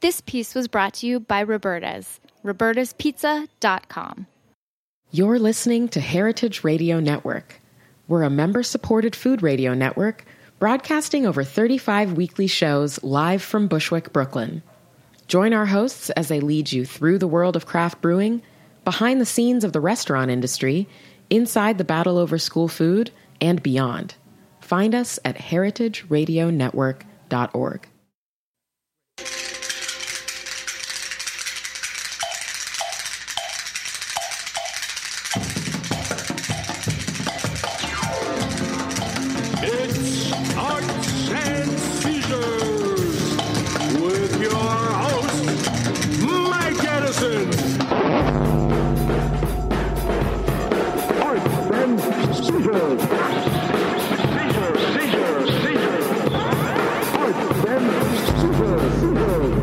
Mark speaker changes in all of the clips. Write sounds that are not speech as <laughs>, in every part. Speaker 1: This piece was brought to you by Roberta's, robertaspizza.com.
Speaker 2: You're listening to Heritage Radio Network. We're a member supported food radio network broadcasting over 35 weekly shows live from Bushwick, Brooklyn. Join our hosts as they lead you through the world of craft brewing, behind the scenes of the restaurant industry, inside the battle over school food, and beyond. Find us at heritageradionetwork.org.
Speaker 3: It's Arts and Seizures with your host, Mike Edison. Arts and Seizures. Seizures, seizures, seizures. Arts and Seizures. seizures, seizures, seizures.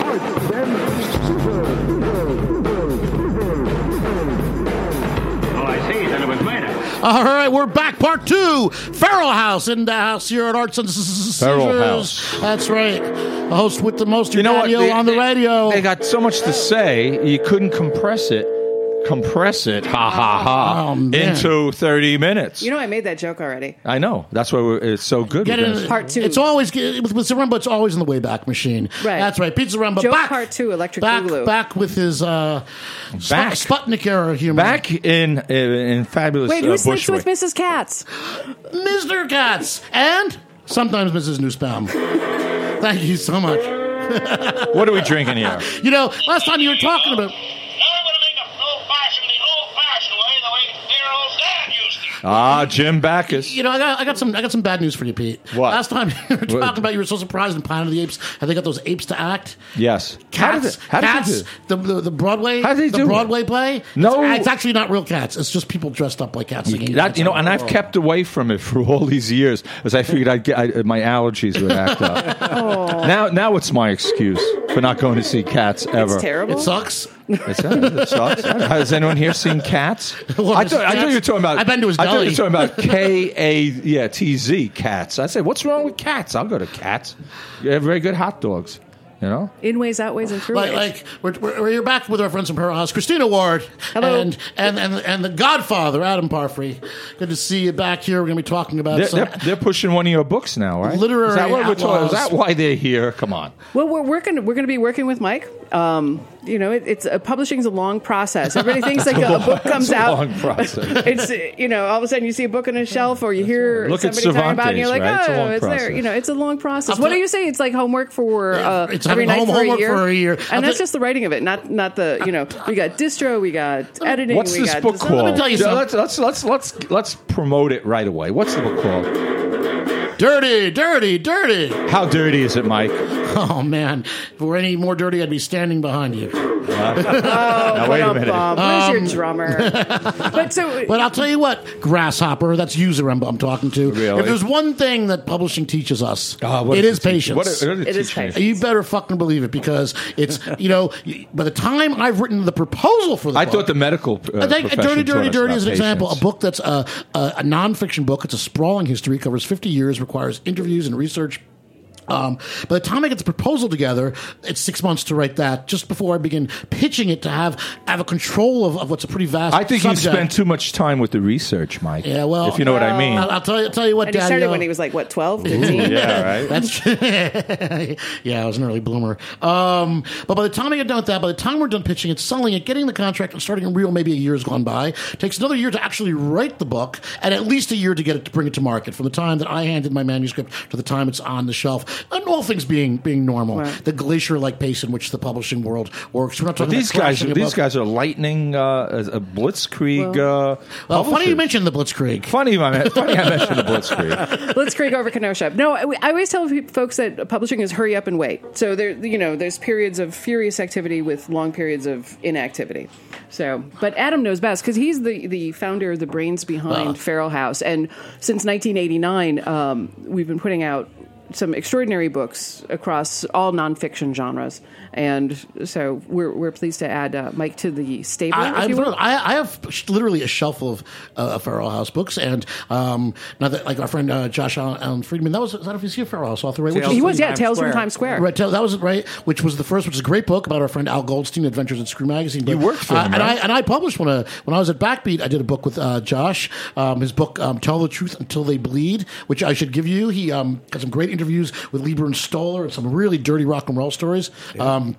Speaker 3: Arts and Seizures. seizures, seizures, seizures, seizures.
Speaker 4: All I see is that it was murder.
Speaker 5: All right, we're back. Part two. Feral House in the house here at Arts and Seizures.
Speaker 6: Feral House.
Speaker 5: That's right. The host with the most
Speaker 6: You know what?
Speaker 5: radio
Speaker 6: They-
Speaker 5: on the radio.
Speaker 6: They got so much to say, you couldn't compress it. Compress it, ha ha ha,
Speaker 5: Oh, man.
Speaker 6: into 30 minutes.
Speaker 7: You know, I made that joke already.
Speaker 6: I know. That's why we're, it's so good.
Speaker 5: Get
Speaker 6: with
Speaker 5: it
Speaker 6: this.
Speaker 7: Part two.
Speaker 5: It's always with, with Zaremba. It's always in the Wayback Machine.
Speaker 7: Right.
Speaker 5: That's right. Pizza Zaremba
Speaker 7: Joke
Speaker 5: back.
Speaker 7: part two, Electric
Speaker 5: back,
Speaker 7: Boogaloo.
Speaker 5: Back with his uh, Sp-
Speaker 6: Back.
Speaker 5: Sputnik era humor.
Speaker 6: Back in in, in fabulous
Speaker 7: Wait,
Speaker 6: uh,
Speaker 7: who sleeps
Speaker 6: Bushwick.
Speaker 7: with Mrs. Katz?
Speaker 5: Mr. Katz and sometimes Mrs. Newsbaum. <laughs> Thank you so much.
Speaker 6: What are we drinking
Speaker 7: <laughs>
Speaker 6: here?
Speaker 5: You know, last time you were talking about.
Speaker 8: Now I'm going to make a old fashioned the old fashioned way, the way their old dad used to.
Speaker 6: Ah, Jim Backus.
Speaker 5: You know, I got, I got some I got some bad news for you, Pete.
Speaker 6: What?
Speaker 5: Last time you were talking
Speaker 6: What?
Speaker 5: about you were so surprised in Planet of the Apes how they got those apes to act.
Speaker 6: Yes. How did
Speaker 5: Cats,
Speaker 6: it- how did
Speaker 5: cats,
Speaker 6: you do-
Speaker 5: the, the the Broadway,
Speaker 6: How did they
Speaker 5: the
Speaker 6: do it?
Speaker 5: Broadway play.
Speaker 6: No.
Speaker 5: it's, it's actually not real cats. It's just people dressed up like cats. singing
Speaker 6: That, you know,
Speaker 5: outside
Speaker 6: and
Speaker 5: the
Speaker 6: I've
Speaker 5: world.
Speaker 6: kept away from it <laughs> for all these years because I figured I'd get I, my allergies would act
Speaker 7: <laughs>
Speaker 6: up. Now, now it's my excuse for not going to see cats ever.
Speaker 7: Oh. It's terrible.
Speaker 5: It sucks.
Speaker 6: It's, it sucks. Has anyone here seen cats?
Speaker 5: <laughs> Well,
Speaker 6: I, thought, I
Speaker 5: cats-
Speaker 6: thought you were talking about.
Speaker 5: I've been to his
Speaker 6: I thought you
Speaker 5: deli.
Speaker 6: were talking
Speaker 5: <laughs>
Speaker 6: about K A yeah T Z cats. I said, what's wrong with cats? I'll go to cats. They have very good hot dogs. You know,
Speaker 7: Inways, outways, and throughways.
Speaker 5: Like, like we're, we're, we're back with our friends from Pearl House, Christina Ward,
Speaker 7: Hello.
Speaker 5: and and and and the Godfather, Adam Parfrey. Good to see you back here. We're going to be talking about
Speaker 6: they're,
Speaker 5: some-
Speaker 6: they're, they're pushing one of your books now, right?
Speaker 5: Literary
Speaker 6: Is that what we're talking?
Speaker 5: outlaws.
Speaker 6: Is that why they're here? Come on.
Speaker 7: well, we're working. We're going to be working with Mike. Um, you know, it, it's uh, publishing's a long process. Everybody thinks like a, a book comes
Speaker 6: <laughs> It's a
Speaker 7: out.
Speaker 6: long
Speaker 5: <laughs>
Speaker 6: process.
Speaker 7: <laughs> It's uh, you know all of a sudden you see a book on a shelf or you hear
Speaker 6: Look at
Speaker 7: somebody talking about it and you're like
Speaker 6: Cervantes, right? It's a
Speaker 7: oh
Speaker 6: long
Speaker 7: it's, there
Speaker 6: process.
Speaker 7: you know it's a long process.
Speaker 5: I'll
Speaker 7: What
Speaker 5: tell-
Speaker 7: do you say? It's like homework for uh,
Speaker 5: It's
Speaker 7: every night
Speaker 5: home-
Speaker 7: for,
Speaker 5: homework
Speaker 7: a year.
Speaker 5: for a year. I'll
Speaker 7: and that's
Speaker 5: tell-
Speaker 7: just the writing of it, not not the you know we got distro, we got editing.
Speaker 6: What's
Speaker 7: we
Speaker 6: this
Speaker 7: got
Speaker 6: book
Speaker 7: design.
Speaker 6: called?
Speaker 5: tell you
Speaker 6: Yeah,
Speaker 5: something.
Speaker 6: let's, let's let's let's let's promote it right away. What's the book called?
Speaker 5: dirty, dirty, dirty.
Speaker 6: How dirty is it, Mike?
Speaker 5: Oh man, if we're any more dirty, I'd be standing behind you.
Speaker 6: now wait a minute.
Speaker 7: Um, where's
Speaker 6: <laughs>
Speaker 7: your drummer? but so
Speaker 5: But I'll tell you what, Grasshopper, that's you, Zaremba, I'm talking to.
Speaker 6: Really?
Speaker 5: If there's one thing that publishing teaches us,
Speaker 6: Ah, what
Speaker 5: it
Speaker 6: did
Speaker 5: is
Speaker 6: it teach you?
Speaker 5: patience.
Speaker 6: What did- what did
Speaker 7: It is
Speaker 6: teach me?
Speaker 7: patience.
Speaker 5: you better fucking believe it because
Speaker 6: <laughs>
Speaker 5: it's, you know, by the time I've written the proposal for the
Speaker 6: I
Speaker 5: book,
Speaker 6: thought the medical. Uh,
Speaker 5: I think Dirty,
Speaker 6: profession
Speaker 5: Dirty,
Speaker 6: taught us
Speaker 5: Dirty
Speaker 6: about
Speaker 5: is an example. A
Speaker 6: patience.
Speaker 5: book that's a, a, a nonfiction book. It's a sprawling history, covers 50 years, requires interviews and research. Um, by the time I get the proposal together, it's six months to write that. Just before I begin pitching it, to have have a control of, of what's a pretty vast.
Speaker 6: I think
Speaker 5: subject.
Speaker 6: you spent too much time with the research, Mike.
Speaker 5: Yeah, well,
Speaker 6: if you know what I mean.
Speaker 5: I'll, I'll tell you. Tell you what,
Speaker 7: And he started
Speaker 5: Danielle-
Speaker 7: when he was like what 12, 15?
Speaker 6: yeah, right.
Speaker 5: That's <laughs> yeah, I was an early bloomer. Um, but by the time I get done with that, by the time we're done pitching it, selling it, getting the contract, and starting a reel, maybe a year's gone by. Takes another year to actually write the book, and at least a year to get it to bring it to market. From the time that I handed my manuscript to the time it's on the shelf, and all things being being normal, the glacier-like pace in which the publishing world works. We're not
Speaker 6: but
Speaker 5: talking
Speaker 6: these
Speaker 5: about
Speaker 6: guys,
Speaker 5: crashing a
Speaker 6: these
Speaker 5: book.
Speaker 6: guys are lightning, uh, a a blitzkrieg. uh,
Speaker 5: Well, funny you
Speaker 6: publishers.
Speaker 5: mentioned the Blitzkrieg.
Speaker 6: Funny, I- funny I mentioned
Speaker 5: <laughs>
Speaker 6: the blitzkrieg.
Speaker 7: Let's Creek over Kenosha. No, I, I always tell pe- folks that publishing is hurry up and wait. So there, you know, there's periods of furious activity with long periods of inactivity. So, but Adam knows best because he's the the founder of the brains behind Feral House, and since 1989, um, we've been putting out some extraordinary books across all nonfiction genres, and so we're we're pleased to add uh, Mike to the stable. if
Speaker 5: I, I'm
Speaker 7: you will.
Speaker 5: thrilled. I, I have sh- literally a shelf full of uh, Farrell House books, and um, now that like our friend uh, Josh Allen, Allen Friedman, that was I don't know if he's here Farrell House author, right? Which
Speaker 9: Tales
Speaker 5: is-
Speaker 7: he was, yeah,
Speaker 9: Times
Speaker 7: Tales
Speaker 9: Square.
Speaker 7: from Times Square.
Speaker 5: Right, tell- that was right, which was the first, which is a great book about our friend Al Goldstein, Adventures in Screw Magazine. But,
Speaker 6: You worked for
Speaker 5: uh,
Speaker 6: him,
Speaker 5: and
Speaker 6: right?
Speaker 5: I and I published when, uh, when I was at Backbeat. I did a book with uh, Josh, um, his book um, "Tell the Truth Until They Bleed," which I should give you. He um, got some great interviews with Lieber and Stoller and some really dirty rock and roll stories. Um,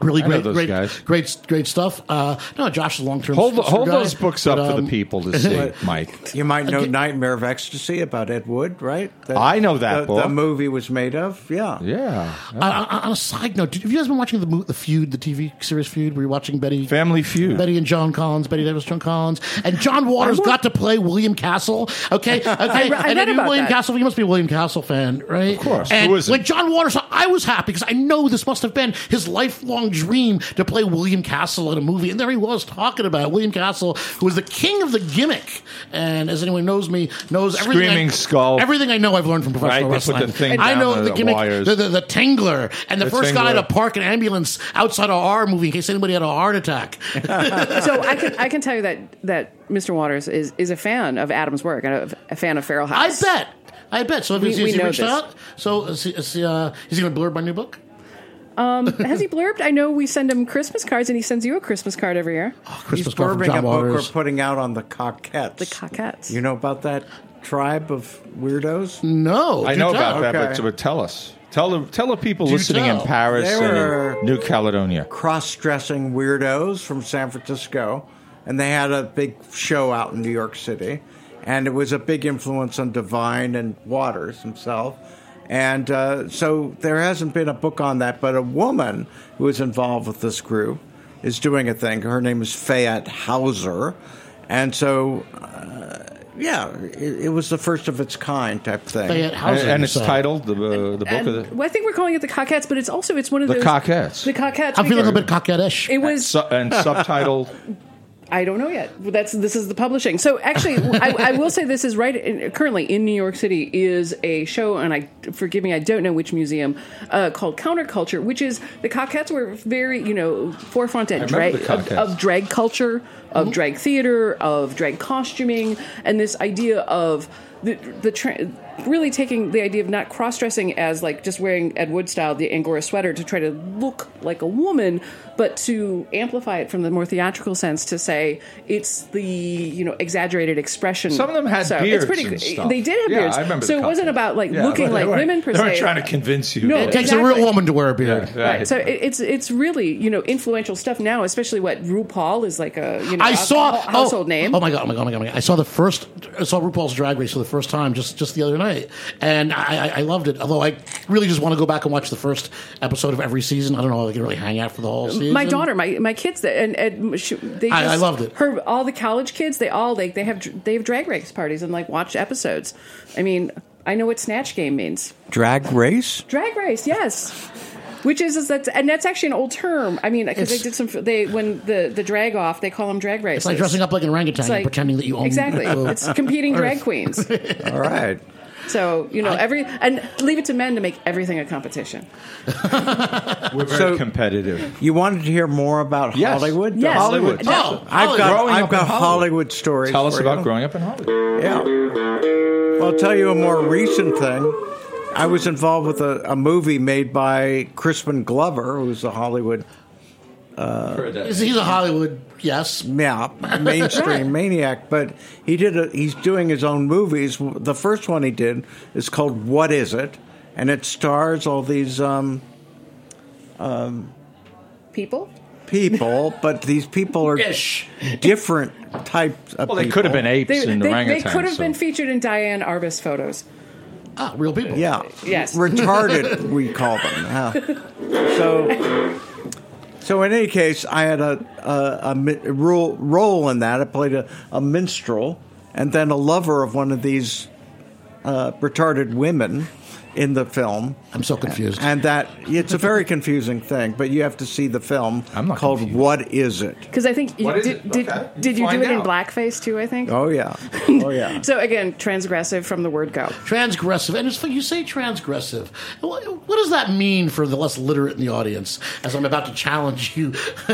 Speaker 5: Really
Speaker 6: know
Speaker 5: great,
Speaker 6: those
Speaker 5: great,
Speaker 6: guys.
Speaker 5: great, great stuff. Uh, no, Josh is a long-term.
Speaker 6: Hold,
Speaker 5: screw
Speaker 6: hold
Speaker 5: guy,
Speaker 6: those books up
Speaker 5: but,
Speaker 6: for
Speaker 5: um,
Speaker 6: the people
Speaker 5: <laughs>
Speaker 6: to see, Mike.
Speaker 9: You might know Nightmare of Ecstasy about Ed Wood, right? That-
Speaker 6: I know that
Speaker 9: the,
Speaker 6: book.
Speaker 9: The movie was made of, yeah.
Speaker 6: Yeah.
Speaker 5: Uh, on- on a side note, did, have you guys been watching the mo- the feud, the TV series feud? Were you watching Betty
Speaker 6: Family Feud.
Speaker 5: Betty and John Collins, Betty Davis, John Collins, and John Waters got to play William Castle.
Speaker 6: <laughs>
Speaker 5: Okay, okay,
Speaker 7: I
Speaker 5: and
Speaker 7: read
Speaker 5: if you're
Speaker 7: about
Speaker 5: William
Speaker 7: that.
Speaker 5: Castle, you must be a William Castle fan, right? Of
Speaker 6: course.
Speaker 5: And
Speaker 6: Who isn't?
Speaker 5: when John Waters, I was happy because I know this must have been his lifelong dream to play William Castle in a movie, and there he was talking about it. William Castle, who was the king of the gimmick, and as anyone who knows me knows everything.
Speaker 6: Screaming
Speaker 5: I,
Speaker 6: skull.
Speaker 5: Everything I know, I've learned from professional
Speaker 6: Right, they put
Speaker 5: wrestling.
Speaker 6: the thing
Speaker 5: I
Speaker 6: down
Speaker 5: know
Speaker 6: on
Speaker 5: the
Speaker 6: the
Speaker 5: gimmick,
Speaker 6: wires.
Speaker 5: the, the, the tingler, and the,
Speaker 6: The
Speaker 5: first guy
Speaker 6: tingler.
Speaker 5: to park an ambulance outside of our movie in case anybody had a heart <laughs> attack.
Speaker 7: so I can I can tell you that that Mr. Waters is is a fan of Adam's work and a, a fan of Feral
Speaker 5: I
Speaker 7: House.
Speaker 5: bet. I bet. So have
Speaker 7: We-
Speaker 5: you,
Speaker 7: we
Speaker 5: has he
Speaker 7: know
Speaker 5: reached
Speaker 7: this.
Speaker 5: out? So is he, is he, uh, is he going to blurb my new book?
Speaker 7: Has he blurbed? I know we send him Christmas cards, and he sends you a Christmas card every year.
Speaker 5: Oh, Christmas
Speaker 9: He's
Speaker 5: card from
Speaker 9: bourbon a
Speaker 5: John
Speaker 9: book we're
Speaker 5: Waters.
Speaker 9: putting out on the Coquettes.
Speaker 7: The Cockettes.
Speaker 9: You know about that tribe of weirdos?
Speaker 5: No,
Speaker 6: I
Speaker 5: do
Speaker 6: know
Speaker 5: tell.
Speaker 6: about that,
Speaker 9: Okay.
Speaker 6: but, but tell us. Tell the tell the people
Speaker 5: Do
Speaker 6: listening
Speaker 5: tell.
Speaker 6: in Paris
Speaker 9: They
Speaker 6: and in
Speaker 9: were-
Speaker 6: New Caledonia.
Speaker 9: cross-dressing weirdos from San Francisco, and they had a big show out in New York City, and it was a big influence on Divine and Waters himself. And uh, so there hasn't been a book on that, but a woman who is involved with this group is doing a thing. Her name is Fayette Hauser, and so. Uh, yeah, it, it was the first of its kind type thing.
Speaker 5: Fayette
Speaker 6: And,
Speaker 5: Hauser.
Speaker 6: and it's
Speaker 5: so.
Speaker 6: titled the uh, the book
Speaker 7: And,
Speaker 6: of the
Speaker 7: well, I think we're calling it the Cockettes, but it's also it's one of
Speaker 6: The
Speaker 7: those
Speaker 6: Cockettes.
Speaker 7: The Cockettes.
Speaker 5: I'm feeling a
Speaker 7: because
Speaker 5: bit coquettish.
Speaker 7: It was
Speaker 6: su- and subtitled.
Speaker 7: I don't know yet. Well, That's this is the publishing. So actually, I, I will say this is right. In, currently in New York City is a show, and I forgive me, I don't know which museum, uh, called Counterculture, which is the Cockettes were very you know forefront at
Speaker 6: remember
Speaker 7: drag
Speaker 6: the
Speaker 7: of,
Speaker 6: Cockettes.
Speaker 7: of drag culture,
Speaker 6: Mm-hmm.
Speaker 7: of drag theater, of drag costuming, and this idea of the the. Tra- Really taking the idea of not cross dressing as like just wearing Ed Wood style the Angora sweater to try to look like a woman, but to amplify it from the more theatrical sense to say it's the you know exaggerated expression.
Speaker 6: Some of them had
Speaker 7: Mm. so
Speaker 6: beards
Speaker 7: It's pretty.
Speaker 6: and
Speaker 7: good.
Speaker 6: stuff.
Speaker 7: They did have
Speaker 6: Yeah,
Speaker 7: beards.
Speaker 6: I remember
Speaker 7: so
Speaker 6: the
Speaker 7: it wasn't
Speaker 6: Cockettes.
Speaker 7: about like
Speaker 6: Yeah,
Speaker 7: looking
Speaker 6: but
Speaker 7: like
Speaker 6: they weren't-
Speaker 7: women per
Speaker 6: They
Speaker 7: se.
Speaker 6: weren't trying to convince you.
Speaker 7: No,
Speaker 6: that-
Speaker 5: it takes a
Speaker 7: Exactly.
Speaker 5: real woman to wear a beard.
Speaker 6: Yeah.
Speaker 7: Right. So it, it's it's really you know influential stuff now, especially what RuPaul is like a you know
Speaker 5: I
Speaker 7: a
Speaker 5: saw
Speaker 7: hou- household
Speaker 5: oh,
Speaker 7: name.
Speaker 5: Oh my god! Oh my god! Oh my god! oh my god. I saw the first. I saw RuPaul's Drag Race for the first time just just the other night, and I, I, I loved it. Although I really just want to go back and watch the first episode of every season. I don't know. I can really hang out for the whole season.
Speaker 7: my daughter, my my kids, and, and she, they
Speaker 5: I-
Speaker 7: just-
Speaker 5: I loved it.
Speaker 7: Her all the college kids, they all like they have they have drag race parties and like watch episodes. I mean, I know what snatch game means.
Speaker 9: Drag race?
Speaker 7: Drag race, yes. Which is, is that's and that's actually an old term. I mean, because they
Speaker 5: It's-
Speaker 7: did some they when the the drag off they call them drag races.
Speaker 5: It's like dressing up like an orangutan
Speaker 7: It's
Speaker 5: and
Speaker 7: like-
Speaker 5: pretending that you own
Speaker 7: exactly.
Speaker 5: the-
Speaker 7: it's
Speaker 5: <laughs>
Speaker 7: competing drag queens.
Speaker 9: All right.
Speaker 7: So you know every and leave it to men to make everything a competition.
Speaker 6: We're very
Speaker 9: So-
Speaker 6: competitive.
Speaker 9: You wanted to hear more about
Speaker 6: Yes.
Speaker 9: Hollywood?
Speaker 7: Yes.
Speaker 6: Hollywood.
Speaker 7: No,
Speaker 5: Oh,
Speaker 9: I've
Speaker 5: Hollywood.
Speaker 9: got,
Speaker 6: Growing
Speaker 9: I've
Speaker 6: up in
Speaker 9: got
Speaker 6: Hollywood.
Speaker 9: Hollywood stories.
Speaker 6: Tell us
Speaker 9: for
Speaker 6: about
Speaker 9: you.
Speaker 6: growing up in Hollywood.
Speaker 9: Yeah. Well, I'll tell you a more recent thing. I was involved with a, a movie made by Crispin Glover, who's a Hollywood
Speaker 5: He's he's a Hollywood. Yes.
Speaker 9: yeah,
Speaker 6: <laughs>
Speaker 9: mainstream maniac. But he did. A, he's doing his own movies. The first one he did is called "What Is It," and it stars all these um,
Speaker 7: People,
Speaker 9: people, but these people are
Speaker 5: Ish.
Speaker 9: different types of
Speaker 6: Well, they could have been apes
Speaker 7: they
Speaker 6: and
Speaker 7: they, they
Speaker 6: orangutans.
Speaker 7: could have
Speaker 6: so-
Speaker 7: been featured in Diane Arbus photos.
Speaker 5: Ah, real people.
Speaker 9: Yeah.
Speaker 7: Yes. <laughs>
Speaker 9: Retarded, we call them. yeah. So, so in any case, I had a a, a mi- role, role in that. I played a, a minstrel and then a lover of one of these uh, retarded women in the film.
Speaker 5: I'm so confused.
Speaker 9: And that it's a very confusing thing, but you have to see the film
Speaker 6: I'm not
Speaker 9: called
Speaker 6: confused.
Speaker 9: What Is It?
Speaker 7: Because I think you,
Speaker 6: What is
Speaker 7: did,
Speaker 6: it?
Speaker 7: did,
Speaker 6: Okay.
Speaker 7: did you do
Speaker 6: Find
Speaker 7: it in
Speaker 6: out.
Speaker 7: blackface too? I think.
Speaker 9: Oh, yeah. <laughs> Oh, yeah.
Speaker 7: So again, transgressive from the word go.
Speaker 5: transgressive. And it's funny, you say transgressive. What, what does that mean for the less literate in the audience? As I'm about to challenge you <laughs>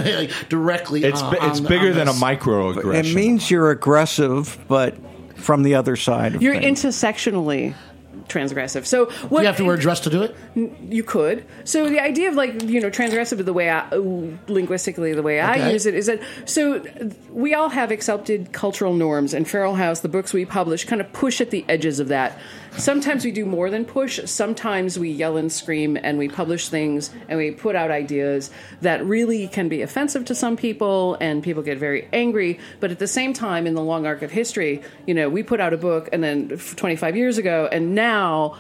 Speaker 5: directly.
Speaker 6: It's
Speaker 7: Uh,
Speaker 5: on-
Speaker 6: bi- it's
Speaker 5: on-
Speaker 6: bigger
Speaker 5: on
Speaker 6: than a
Speaker 5: this.
Speaker 6: microaggression.
Speaker 9: It means you're aggressive, but from the other side. Of
Speaker 7: You're
Speaker 9: things.
Speaker 7: intersectionally transgressive. So what
Speaker 5: You have to wear a dress to do it.
Speaker 7: you could. So the idea of like you know transgressive is the way I linguistically the way I
Speaker 5: Okay.
Speaker 7: use it is that so we all have accepted cultural norms and Feral House the books we publish kind of push at the edges of that. Sometimes we do more than push. Sometimes we yell and scream and we publish things and we put out ideas that really can be offensive to some people and people get very angry. But at the same time, in the long arc of history, you know, we put out a book and then f- 25 years ago and now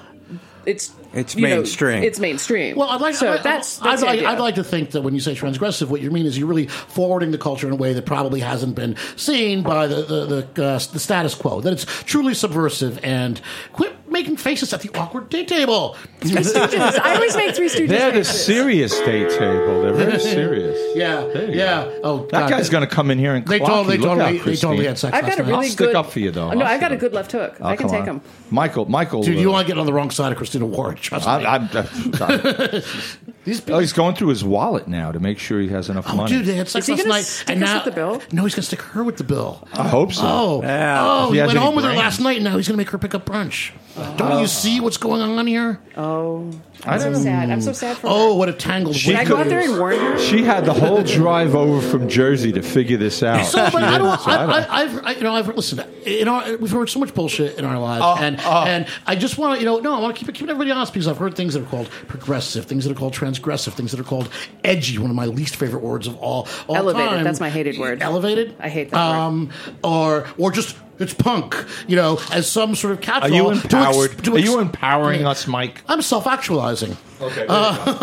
Speaker 7: it's
Speaker 9: It's
Speaker 7: you know,
Speaker 9: mainstream.
Speaker 7: it's mainstream.
Speaker 5: Well, I'd like
Speaker 7: so
Speaker 5: I,
Speaker 7: that's,
Speaker 5: I'd,
Speaker 7: that's the
Speaker 5: like,
Speaker 7: idea.
Speaker 5: I'd
Speaker 7: <laughs>
Speaker 5: like to think that when you say transgressive, what you mean is you're really forwarding the culture in a way that probably hasn't been seen by the the, the, uh, the status quo. That it's truly subversive and quit making faces at the awkward day table.
Speaker 7: I always make three Stooges.
Speaker 6: They're the
Speaker 7: faces.
Speaker 6: serious day table. They're
Speaker 7: <laughs>
Speaker 6: very serious.
Speaker 5: yeah,
Speaker 6: There you
Speaker 5: yeah.
Speaker 6: go.
Speaker 5: Oh,
Speaker 6: That
Speaker 5: God.
Speaker 6: guy's going to come in here and
Speaker 5: They
Speaker 6: clock
Speaker 5: totally,
Speaker 6: you.
Speaker 5: they
Speaker 6: Look
Speaker 5: totally,
Speaker 6: out,
Speaker 5: they totally
Speaker 6: Christine.
Speaker 5: had sex.
Speaker 7: I've
Speaker 5: last
Speaker 7: got a
Speaker 5: night.
Speaker 7: really
Speaker 6: I'll stick
Speaker 7: good-
Speaker 6: up for you, though.
Speaker 7: No,
Speaker 6: I'll
Speaker 7: I've got
Speaker 6: stick
Speaker 7: a
Speaker 6: up.
Speaker 7: good left hook.
Speaker 6: Oh,
Speaker 7: I can
Speaker 6: come
Speaker 7: take
Speaker 6: on.
Speaker 7: them.
Speaker 6: Michael, Michael.
Speaker 5: Dude,
Speaker 6: uh,
Speaker 5: you want to get on the wrong side of Christina Ward? Trust
Speaker 6: I,
Speaker 5: me.
Speaker 6: I, I,
Speaker 5: <laughs> These
Speaker 6: oh,
Speaker 5: people,
Speaker 6: he's going through his wallet now to make sure he has enough
Speaker 5: oh,
Speaker 6: money.
Speaker 5: dude, they had sex
Speaker 7: Is he
Speaker 5: last
Speaker 7: gonna
Speaker 5: night.
Speaker 7: stick us with the bill?
Speaker 5: No, he's going to stick her with the bill.
Speaker 6: I hope so.
Speaker 5: Oh,
Speaker 9: Yeah.
Speaker 5: oh,
Speaker 6: He
Speaker 5: he
Speaker 6: has
Speaker 5: went
Speaker 6: any
Speaker 5: home with her
Speaker 6: brains. Uh,
Speaker 5: last night. Now he's going to make her pick up brunch. Don't you see what's going on here?
Speaker 7: Oh,
Speaker 6: I
Speaker 7: I'm so
Speaker 6: don't-
Speaker 7: sad. I'm so sad for.
Speaker 5: Oh,
Speaker 7: her.
Speaker 5: what a tangled
Speaker 6: She
Speaker 7: Did I
Speaker 5: web
Speaker 7: go
Speaker 6: could-
Speaker 7: out
Speaker 5: it
Speaker 7: there
Speaker 5: is.
Speaker 7: and warn her?
Speaker 6: She had the whole drive over from Jersey to figure this out.
Speaker 5: So,
Speaker 6: She
Speaker 5: but I
Speaker 6: didn't,
Speaker 5: don't.
Speaker 6: so I don't-
Speaker 5: I, I, I've, I, you know, I've listened. In our, we've heard so much bullshit in our lives,
Speaker 6: Oh,
Speaker 5: and
Speaker 6: oh.
Speaker 5: and I just want to, you know, no, I want to keep it- keep everybody honest because I've heard things that are called progressive, things that are called transgressive, things that are called edgy. One of my least favorite words of all. all
Speaker 7: Elevated,
Speaker 5: time.
Speaker 7: that's my hated word.
Speaker 5: Elevated.
Speaker 7: I hate that word.
Speaker 5: Um, or or just it's punk. You know, as some sort of
Speaker 6: Are
Speaker 5: catch-all.
Speaker 6: you
Speaker 5: to ex-
Speaker 6: empowered?
Speaker 5: to
Speaker 6: Are
Speaker 5: ex-
Speaker 6: you empowering us, Mike?
Speaker 5: I'm self-actualizing.
Speaker 6: Okay.
Speaker 5: <laughs>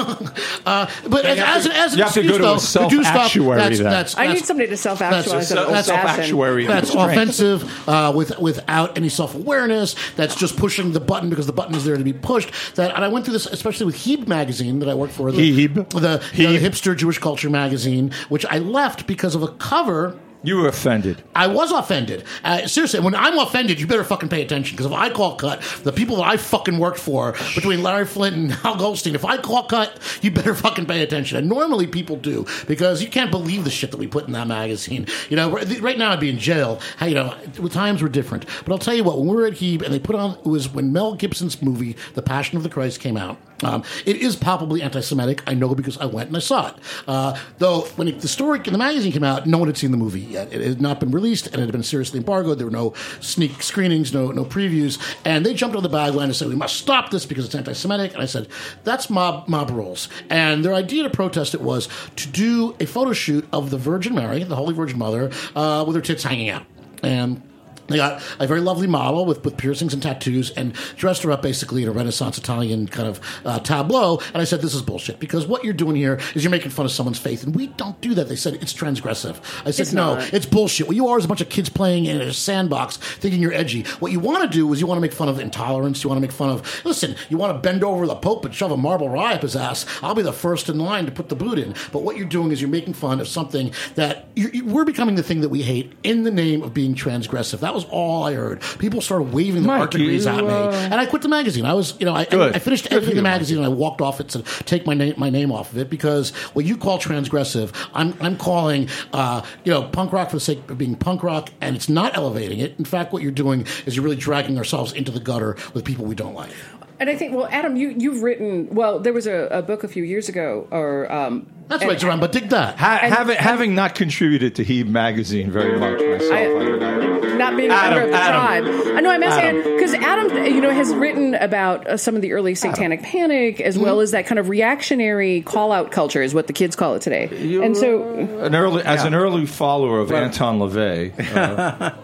Speaker 5: Uh, but as,
Speaker 6: you have
Speaker 5: as, an,
Speaker 6: to-
Speaker 5: as an
Speaker 6: you have to go
Speaker 5: excuse,
Speaker 6: to a
Speaker 5: though, do stuff,
Speaker 6: self-actuary
Speaker 5: that's,
Speaker 6: then.
Speaker 5: that's,
Speaker 7: I need
Speaker 5: that's-
Speaker 7: somebody to self-actualize.
Speaker 5: That's-
Speaker 7: an old
Speaker 5: that's
Speaker 7: fashioned.
Speaker 6: self-actuary.
Speaker 5: That's
Speaker 6: Strength.
Speaker 5: offensive uh, with without any self awareness. That's just pushing the button because the button is there to be pushed. That and I went through this especially with Hebe magazine that I worked for. The,
Speaker 6: Hebe.
Speaker 5: the, you know, the
Speaker 6: Hebe.
Speaker 5: hipster Jewish culture magazine, which I left because of a cover.
Speaker 6: You were offended.
Speaker 5: I was offended. Uh, seriously, when I'm offended, you better fucking pay attention because if I call cut, the people that I fucking worked for between Larry Flint and <laughs> Hal Goldstein, if I call cut, you better fucking pay attention. And normally people do because you can't believe the shit that we put in that magazine. You know, right right now I'd be in jail. How you know, the times were different. But I'll tell you what, when we were at Hebe and they put on, it was when Mel Gibson's movie, The Passion of the Christ, came out. Um, it is probably anti-Semitic. I know because I went and I saw it. Uh, though when it, the story in the magazine came out, no one had seen the movie yet. It had not been released, and it had been seriously embargoed. There were no sneak screenings, no no previews, and they jumped on the bandwagon and said, "We must stop this because it's anti-Semitic." And I said, "That's mob mob rules." And their idea to protest it was to do a photo shoot of the Virgin Mary, the Holy Virgin Mother, uh, with her tits hanging out, and. They got a very lovely model with, with piercings and tattoos and dressed her up basically in a Renaissance Italian kind of uh, tableau. And I said, This is bullshit because what you're doing here is you're making fun of someone's faith. And we don't do that. They said, It's transgressive. I said,
Speaker 7: It's
Speaker 5: No,
Speaker 7: not.
Speaker 5: it's bullshit. What you are is a bunch of kids playing in a sandbox thinking you're edgy. What you want to do is you want to make fun of intolerance. You want to make fun of, listen, you want to bend over the Pope and shove a marble rye up his ass. I'll be the first in line to put the boot in. But what you're doing is you're making fun of something that you you- we're becoming the thing that we hate in the name of being transgressive. That was all I heard. People started waving their
Speaker 6: Mike,
Speaker 5: art degrees
Speaker 6: you,
Speaker 5: at me.
Speaker 6: uh,
Speaker 5: And I quit the magazine. I was, you know, I,
Speaker 6: Good.
Speaker 5: I finished
Speaker 6: Good for
Speaker 5: editing
Speaker 6: you,
Speaker 5: the
Speaker 6: Mike.
Speaker 5: magazine and I walked off it to take my name my name off of it because what you call transgressive, I'm I'm calling uh, you know punk rock for the sake of being punk rock, and it's not elevating it. In fact, what you're doing is you're really dragging ourselves into the gutter with people we don't like.
Speaker 7: And I think, well, Adam, you you've written. Well, there was a, a book a few years ago, or um,
Speaker 5: That's
Speaker 7: and-
Speaker 5: right, Jerome. But dig that.
Speaker 6: Ha- having, having not contributed to Hebe magazine very much myself,
Speaker 7: I-
Speaker 6: I would- I-
Speaker 7: not being a
Speaker 6: Adam,
Speaker 7: member of the
Speaker 6: Adam.
Speaker 7: tribe. I know I'm asking
Speaker 6: Adam.
Speaker 7: because Adam. you know, has written about uh, some of the early satanic panic as well
Speaker 6: Hmm?
Speaker 7: as that kind of reactionary call out culture is what the kids call it today. and so,
Speaker 6: an early as an early follower of
Speaker 5: <laughs>
Speaker 6: Anton LaVey. uh,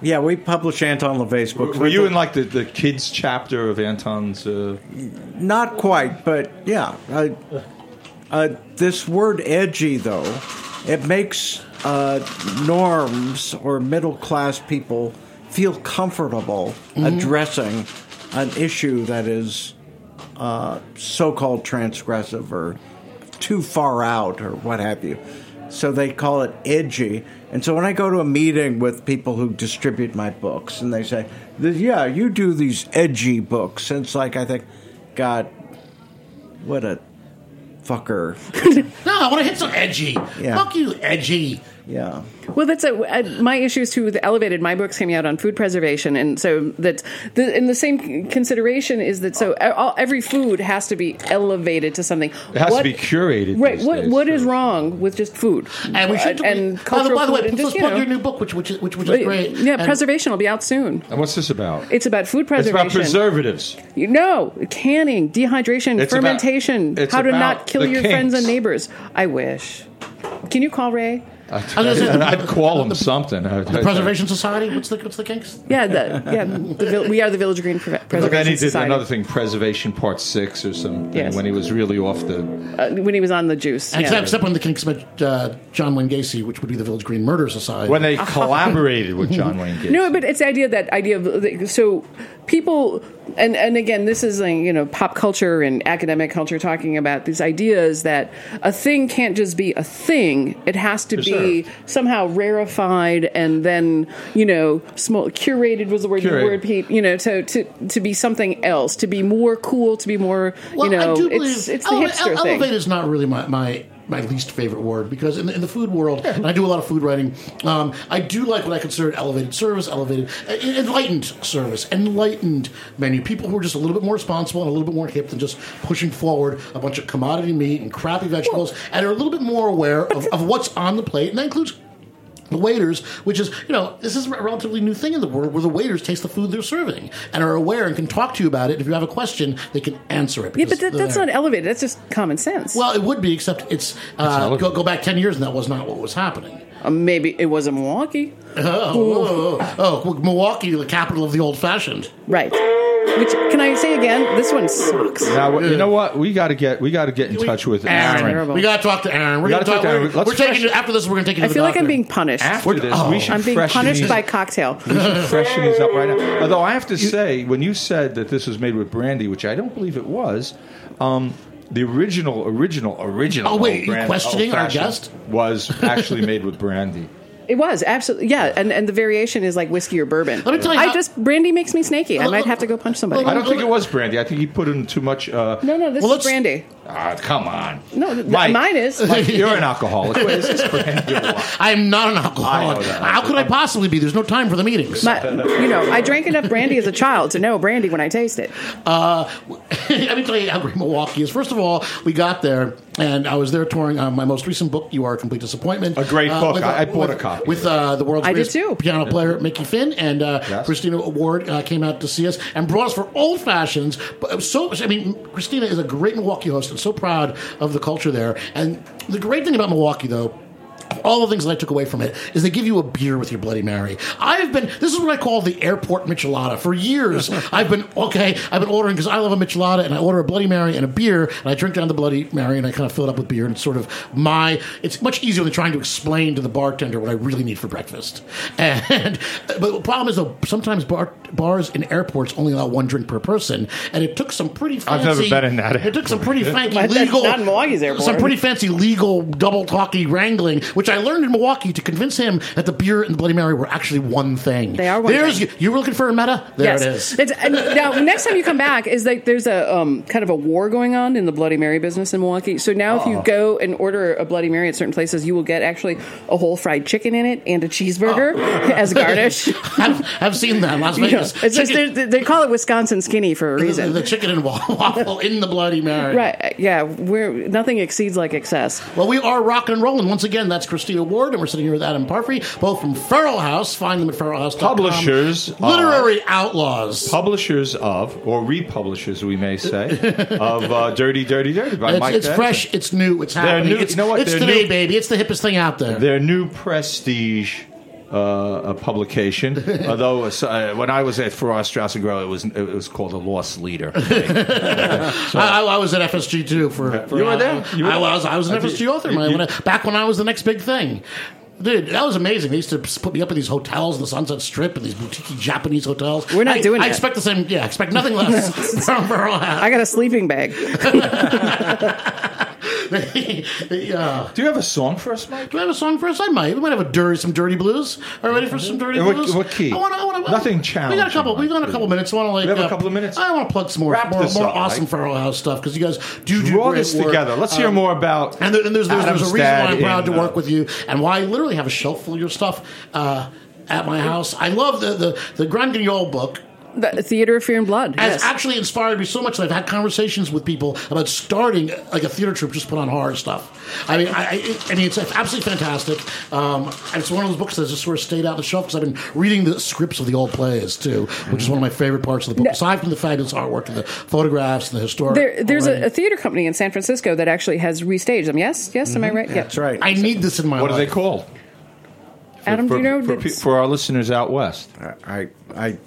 Speaker 9: Yeah, we publish Anton LaVey's books.
Speaker 6: were you in like the, the kids chapter of Anton's? Uh,
Speaker 9: Not quite, but yeah. Uh, uh, this word edgy, though, it makes uh, norms or middle class people feel comfortable addressing an issue that is uh, so-called transgressive or too far out or what have you. So they call it edgy. And so when I go to a meeting with people who distribute my books and they say, "Th- "Yeah, you do these edgy books," and it's like I think, God, what a fucker.
Speaker 5: No, I want to hit some edgy.
Speaker 9: Yeah.
Speaker 5: Fuck you, edgy.
Speaker 9: yeah.
Speaker 7: Well, that's a, uh my issues too. The elevated my books came out on food preservation, and so that's the, and the same consideration is that so uh, all, every food has to be elevated to something.
Speaker 6: It has to be curated
Speaker 7: right?
Speaker 6: these
Speaker 7: What
Speaker 6: days,
Speaker 7: what
Speaker 6: so.
Speaker 7: is wrong with just food?
Speaker 5: And we should.
Speaker 7: Uh, and
Speaker 5: by the-
Speaker 7: cultural
Speaker 5: by the way,
Speaker 7: food and
Speaker 5: let's
Speaker 7: just, you
Speaker 5: plug
Speaker 7: know, Uh,
Speaker 5: your new book, which which is- which which is great.
Speaker 7: Yeah,
Speaker 5: And-
Speaker 7: preservation will be out soon.
Speaker 6: And what's this about?
Speaker 7: It's about food
Speaker 6: It's
Speaker 7: preservation.
Speaker 6: about preservatives.
Speaker 7: You- No, canning, dehydration,
Speaker 6: It's about-
Speaker 7: fermentation,
Speaker 6: it's
Speaker 7: how to
Speaker 6: about
Speaker 7: not kill
Speaker 6: the
Speaker 7: your friends
Speaker 6: kinks.
Speaker 7: and neighbors. I wish. Can you call Ray?
Speaker 5: I was gonna say,
Speaker 6: I'd call them
Speaker 5: the-
Speaker 6: something.
Speaker 5: The Preservation Society. What's the what's the kinks?
Speaker 7: Yeah, the, yeah. The, vil- we are the Village Green
Speaker 6: <laughs>
Speaker 7: Pre-
Speaker 6: Look, I
Speaker 7: Preservation
Speaker 6: need to-
Speaker 7: Society.
Speaker 6: another thing, preservation part six or something,
Speaker 7: Yes.
Speaker 6: when he was really off the.
Speaker 7: uh, when he was on the juice. yeah.
Speaker 5: Except, except when the kinks met uh, John Wayne Gacy, which would be the Village Green Murder Society.
Speaker 6: When they collaborated with John Wayne Gacy.
Speaker 7: No, but it's the idea that idea of so people and and again, this is like you know pop culture and academic culture talking about these ideas that a thing can't just be a thing; it has to be
Speaker 6: Preserved.
Speaker 7: somehow rarefied and then you know small curated was the word you
Speaker 6: Curated.
Speaker 7: word Pete you know to to to be something else, to be more cool, to be more you know it's it's the
Speaker 5: ele-
Speaker 7: hipster
Speaker 5: ele-
Speaker 7: thing.
Speaker 5: elevate is not really my, my my least favorite word because in the, in the food world, and I do a lot of food writing. Um, I do like what I consider elevated service, elevated, uh, enlightened service, enlightened menu. People who are just a little bit more responsible and a little bit more hip than just pushing forward a bunch of commodity meat and crappy vegetables, and are a little bit more aware of, of what's on the plate, and that includes the waiters, which is, you know, this is a relatively new thing in the world where the waiters taste the food they're serving and are aware and can talk to you about it. If you have a question, they can answer it.
Speaker 7: Yeah,
Speaker 5: because
Speaker 7: but that,
Speaker 5: they're
Speaker 7: that's
Speaker 5: there.
Speaker 7: not elevated. That's just common sense.
Speaker 5: Well, it would be, except it's, uh,
Speaker 6: elevated.
Speaker 5: go, go back 10 years and that was not what was happening.
Speaker 6: Oh.
Speaker 7: Uh, maybe it was in Milwaukee.
Speaker 5: Oh, oh, oh, oh, Milwaukee, the capital of the old fashioned.
Speaker 7: Right. Which can I say again? This one sucks.
Speaker 6: Now, you know what? We got to get we got to get in touch with
Speaker 5: Ah,
Speaker 6: Aaron.
Speaker 7: terrible.
Speaker 5: We got to talk to Aaron. We're
Speaker 6: We
Speaker 5: going
Speaker 6: gotta
Speaker 5: to
Speaker 6: talk
Speaker 5: talk
Speaker 6: to Aaron.
Speaker 5: We're,
Speaker 6: Let's
Speaker 5: we're taking
Speaker 6: fresh-
Speaker 5: it, after this, we're going to take it
Speaker 7: I
Speaker 5: to the
Speaker 7: feel like I'm
Speaker 5: doctor.
Speaker 7: being punished.
Speaker 6: After this, we should
Speaker 7: I'm being
Speaker 6: freshen
Speaker 7: punished
Speaker 6: these-
Speaker 7: by cocktail.
Speaker 6: freshen these up right now. Although I have to say, when you said that this was made with brandy, which I don't believe it was, um, the original, original, original.
Speaker 5: Oh, wait,
Speaker 6: old
Speaker 5: you
Speaker 6: brand
Speaker 5: questioning our
Speaker 6: old-fashioned
Speaker 5: guest?
Speaker 6: Was actually made with brandy.
Speaker 7: It was absolutely yeah, and, and the variation is like whiskey or bourbon.
Speaker 5: Let me tell you how-
Speaker 7: I just brandy makes me snaky. I
Speaker 5: Look,
Speaker 7: might
Speaker 5: look,
Speaker 7: have to go punch somebody.
Speaker 6: I don't think it was brandy. I think he put in too much. Uh,
Speaker 7: No, no, this
Speaker 5: Well,
Speaker 7: is
Speaker 5: let's-
Speaker 7: brandy.
Speaker 6: ah, come on.
Speaker 7: No, th-
Speaker 6: Mike.
Speaker 7: mine is.
Speaker 6: Mike, <laughs> you're an alcoholic.
Speaker 7: <laughs>
Speaker 6: What is this brandy?
Speaker 5: I'm not an
Speaker 6: I
Speaker 5: alcoholic.
Speaker 6: know that.
Speaker 5: How could I possibly be? There's no time for the meetings.
Speaker 7: My, you know, I drank enough brandy as a child to know brandy when I taste it.
Speaker 5: Uh, <laughs> let me tell you how great Milwaukee is. First of all, we got there, and I was there touring on my most recent book, "You Are a Complete Disappointment." Uh,
Speaker 6: A great book.
Speaker 5: with,
Speaker 6: I- I bought a
Speaker 5: with-
Speaker 6: copy.
Speaker 5: with uh, the world's
Speaker 7: I did
Speaker 5: greatest
Speaker 7: too.
Speaker 5: piano player, Mickey Finn, and uh,
Speaker 6: Yes.
Speaker 5: Christina Ward uh, came out to see us and brought us for old fashions. But it was so, I mean, Christina is a great Milwaukee host, and so proud of the culture there. And the great thing about Milwaukee, though all the things that I took away from it is they give you a beer with your Bloody Mary. I've been this is what I call the airport michelada. For
Speaker 6: <laughs>
Speaker 5: years, I've been okay. I've been ordering because I love a michelada, and I order a Bloody Mary and a beer, and I drink down the Bloody Mary, and I kind of fill it up with beer. And it's sort of my. It's much easier than trying to explain to the bartender what I really need for breakfast. <laughs> And but the problem is though, sometimes bar, bars in airports only allow one drink per person, and it took some pretty.
Speaker 6: I've
Speaker 5: Fancy,
Speaker 6: never been in that
Speaker 5: It took some pretty fancy
Speaker 7: That's
Speaker 5: legal.
Speaker 7: <laughs> not in Milwaukee's airport.
Speaker 5: Some pretty fancy legal double talky wrangling, which I learned in Milwaukee to convince him that the beer and the Bloody Mary were actually one thing.
Speaker 7: They are one
Speaker 5: There's,
Speaker 7: thing.
Speaker 5: You, you were looking for a meta? There
Speaker 7: yes.
Speaker 5: it is.
Speaker 7: It's- and now, next time you come back, is like there's a um, kind of a war going on in the Bloody Mary business in Milwaukee. So now, if you go and order a Bloody Mary at certain places, you will get actually a whole fried chicken in it and a cheeseburger as garnish.
Speaker 5: I've, I've seen that in
Speaker 7: <laughs>
Speaker 5: Las
Speaker 7: You know,
Speaker 5: Vegas.
Speaker 7: it's just,
Speaker 5: Chicken-
Speaker 7: they they call it Wisconsin skinny for a
Speaker 5: the, <laughs>
Speaker 7: reason.
Speaker 5: the chicken and wa- waffle in the Bloody Mary.
Speaker 7: Right? Yeah, we're nothing exceeds like excess.
Speaker 5: Well, we are rocking and rolling. Once again, that's Christina Ward, and we're sitting here with Adam Parfrey, both from Feral House. Find them at feralhouse.com.
Speaker 6: Publishers uh, are-
Speaker 5: Literary Outlaws.
Speaker 6: Publishers of, or republishers, we may say, of uh, Dirty, Dirty, Dirty by
Speaker 5: It's,
Speaker 6: Mike
Speaker 5: it's
Speaker 6: Patterson.
Speaker 5: fresh, it's new, it's happening.
Speaker 6: new-
Speaker 5: it's
Speaker 6: you know what?
Speaker 5: it's
Speaker 6: They're
Speaker 5: today,
Speaker 6: new-
Speaker 5: baby. It's the hippest thing out there.
Speaker 6: their new prestige uh,
Speaker 5: <laughs>
Speaker 6: uh, publication. Although uh, when I was at Frost Strauss and Grow, it was it was called a lost leader.
Speaker 5: I, I- I was at FSG too for, for
Speaker 6: You were there? You were
Speaker 5: I
Speaker 6: there?
Speaker 5: was I was an
Speaker 6: I did-
Speaker 5: FSG author
Speaker 6: you-
Speaker 5: man,
Speaker 6: you-
Speaker 5: when I- back when I was the next big thing. Dude, that was amazing. They used to put me up in these hotels in the Sunset Strip and these boutique Japanese hotels.
Speaker 7: We're not
Speaker 5: I,
Speaker 7: doing
Speaker 5: I
Speaker 7: that.
Speaker 5: expect the same. Yeah, I expect nothing less <laughs>
Speaker 7: <laughs>
Speaker 5: from Burl House.
Speaker 7: I got a sleeping bag.
Speaker 5: yeah.
Speaker 6: Do you have a song for us, Mike?
Speaker 5: uh, Do I have a song for us? I might. We might have a dirty, some dirty blues. Are you ready for some dirty
Speaker 6: And what-
Speaker 5: blues?
Speaker 6: what key?
Speaker 5: I want to. I want to.
Speaker 6: Nothing
Speaker 5: We got
Speaker 6: challenging,
Speaker 5: a couple. We got a couple
Speaker 6: Mike.
Speaker 5: minutes. I want to like.
Speaker 6: We have a
Speaker 5: uh,
Speaker 6: couple of minutes?
Speaker 5: I want to plug some more
Speaker 6: Wrap
Speaker 5: more,
Speaker 6: this
Speaker 5: more
Speaker 6: up,
Speaker 5: awesome
Speaker 6: Mike.
Speaker 5: Feral House stuff because you guys do do
Speaker 6: Draw
Speaker 5: great
Speaker 6: this
Speaker 5: work. Um,
Speaker 6: together. Let's hear more about.
Speaker 5: And, there, and there's, there's, there's a
Speaker 6: Adam's
Speaker 5: reason why
Speaker 6: dad
Speaker 5: I'm proud
Speaker 6: in,
Speaker 5: to work
Speaker 6: uh,
Speaker 5: with you and why I literally have a shelf full of your stuff uh, at my house. I love the the, the Grand Guignol book.
Speaker 7: the Theater of Fear and Blood.
Speaker 5: Has
Speaker 7: yes.
Speaker 5: actually inspired me so much that I've had conversations with people about starting uh, like a theater troupe just put on horror stuff. I mean, I, I, it- I mean, it's absolutely fantastic. Um, and it's one of those books that's just sort of stayed out on the shelf because I've been reading the scripts of the old plays too, which is one of my favorite parts of the book. Aside from the fabulous artwork and the photographs and the historic,
Speaker 7: There, there's
Speaker 5: already.
Speaker 7: a, a theater company in San Francisco that actually has restaged them. Yes, yes, am I right? Yeah.
Speaker 9: That's right.
Speaker 5: I need this in my
Speaker 6: What are
Speaker 5: life.
Speaker 6: they called?
Speaker 7: Adam,
Speaker 6: for,
Speaker 7: do you know?
Speaker 6: for, pe-
Speaker 7: that's-
Speaker 6: for our listeners out west.
Speaker 9: I, I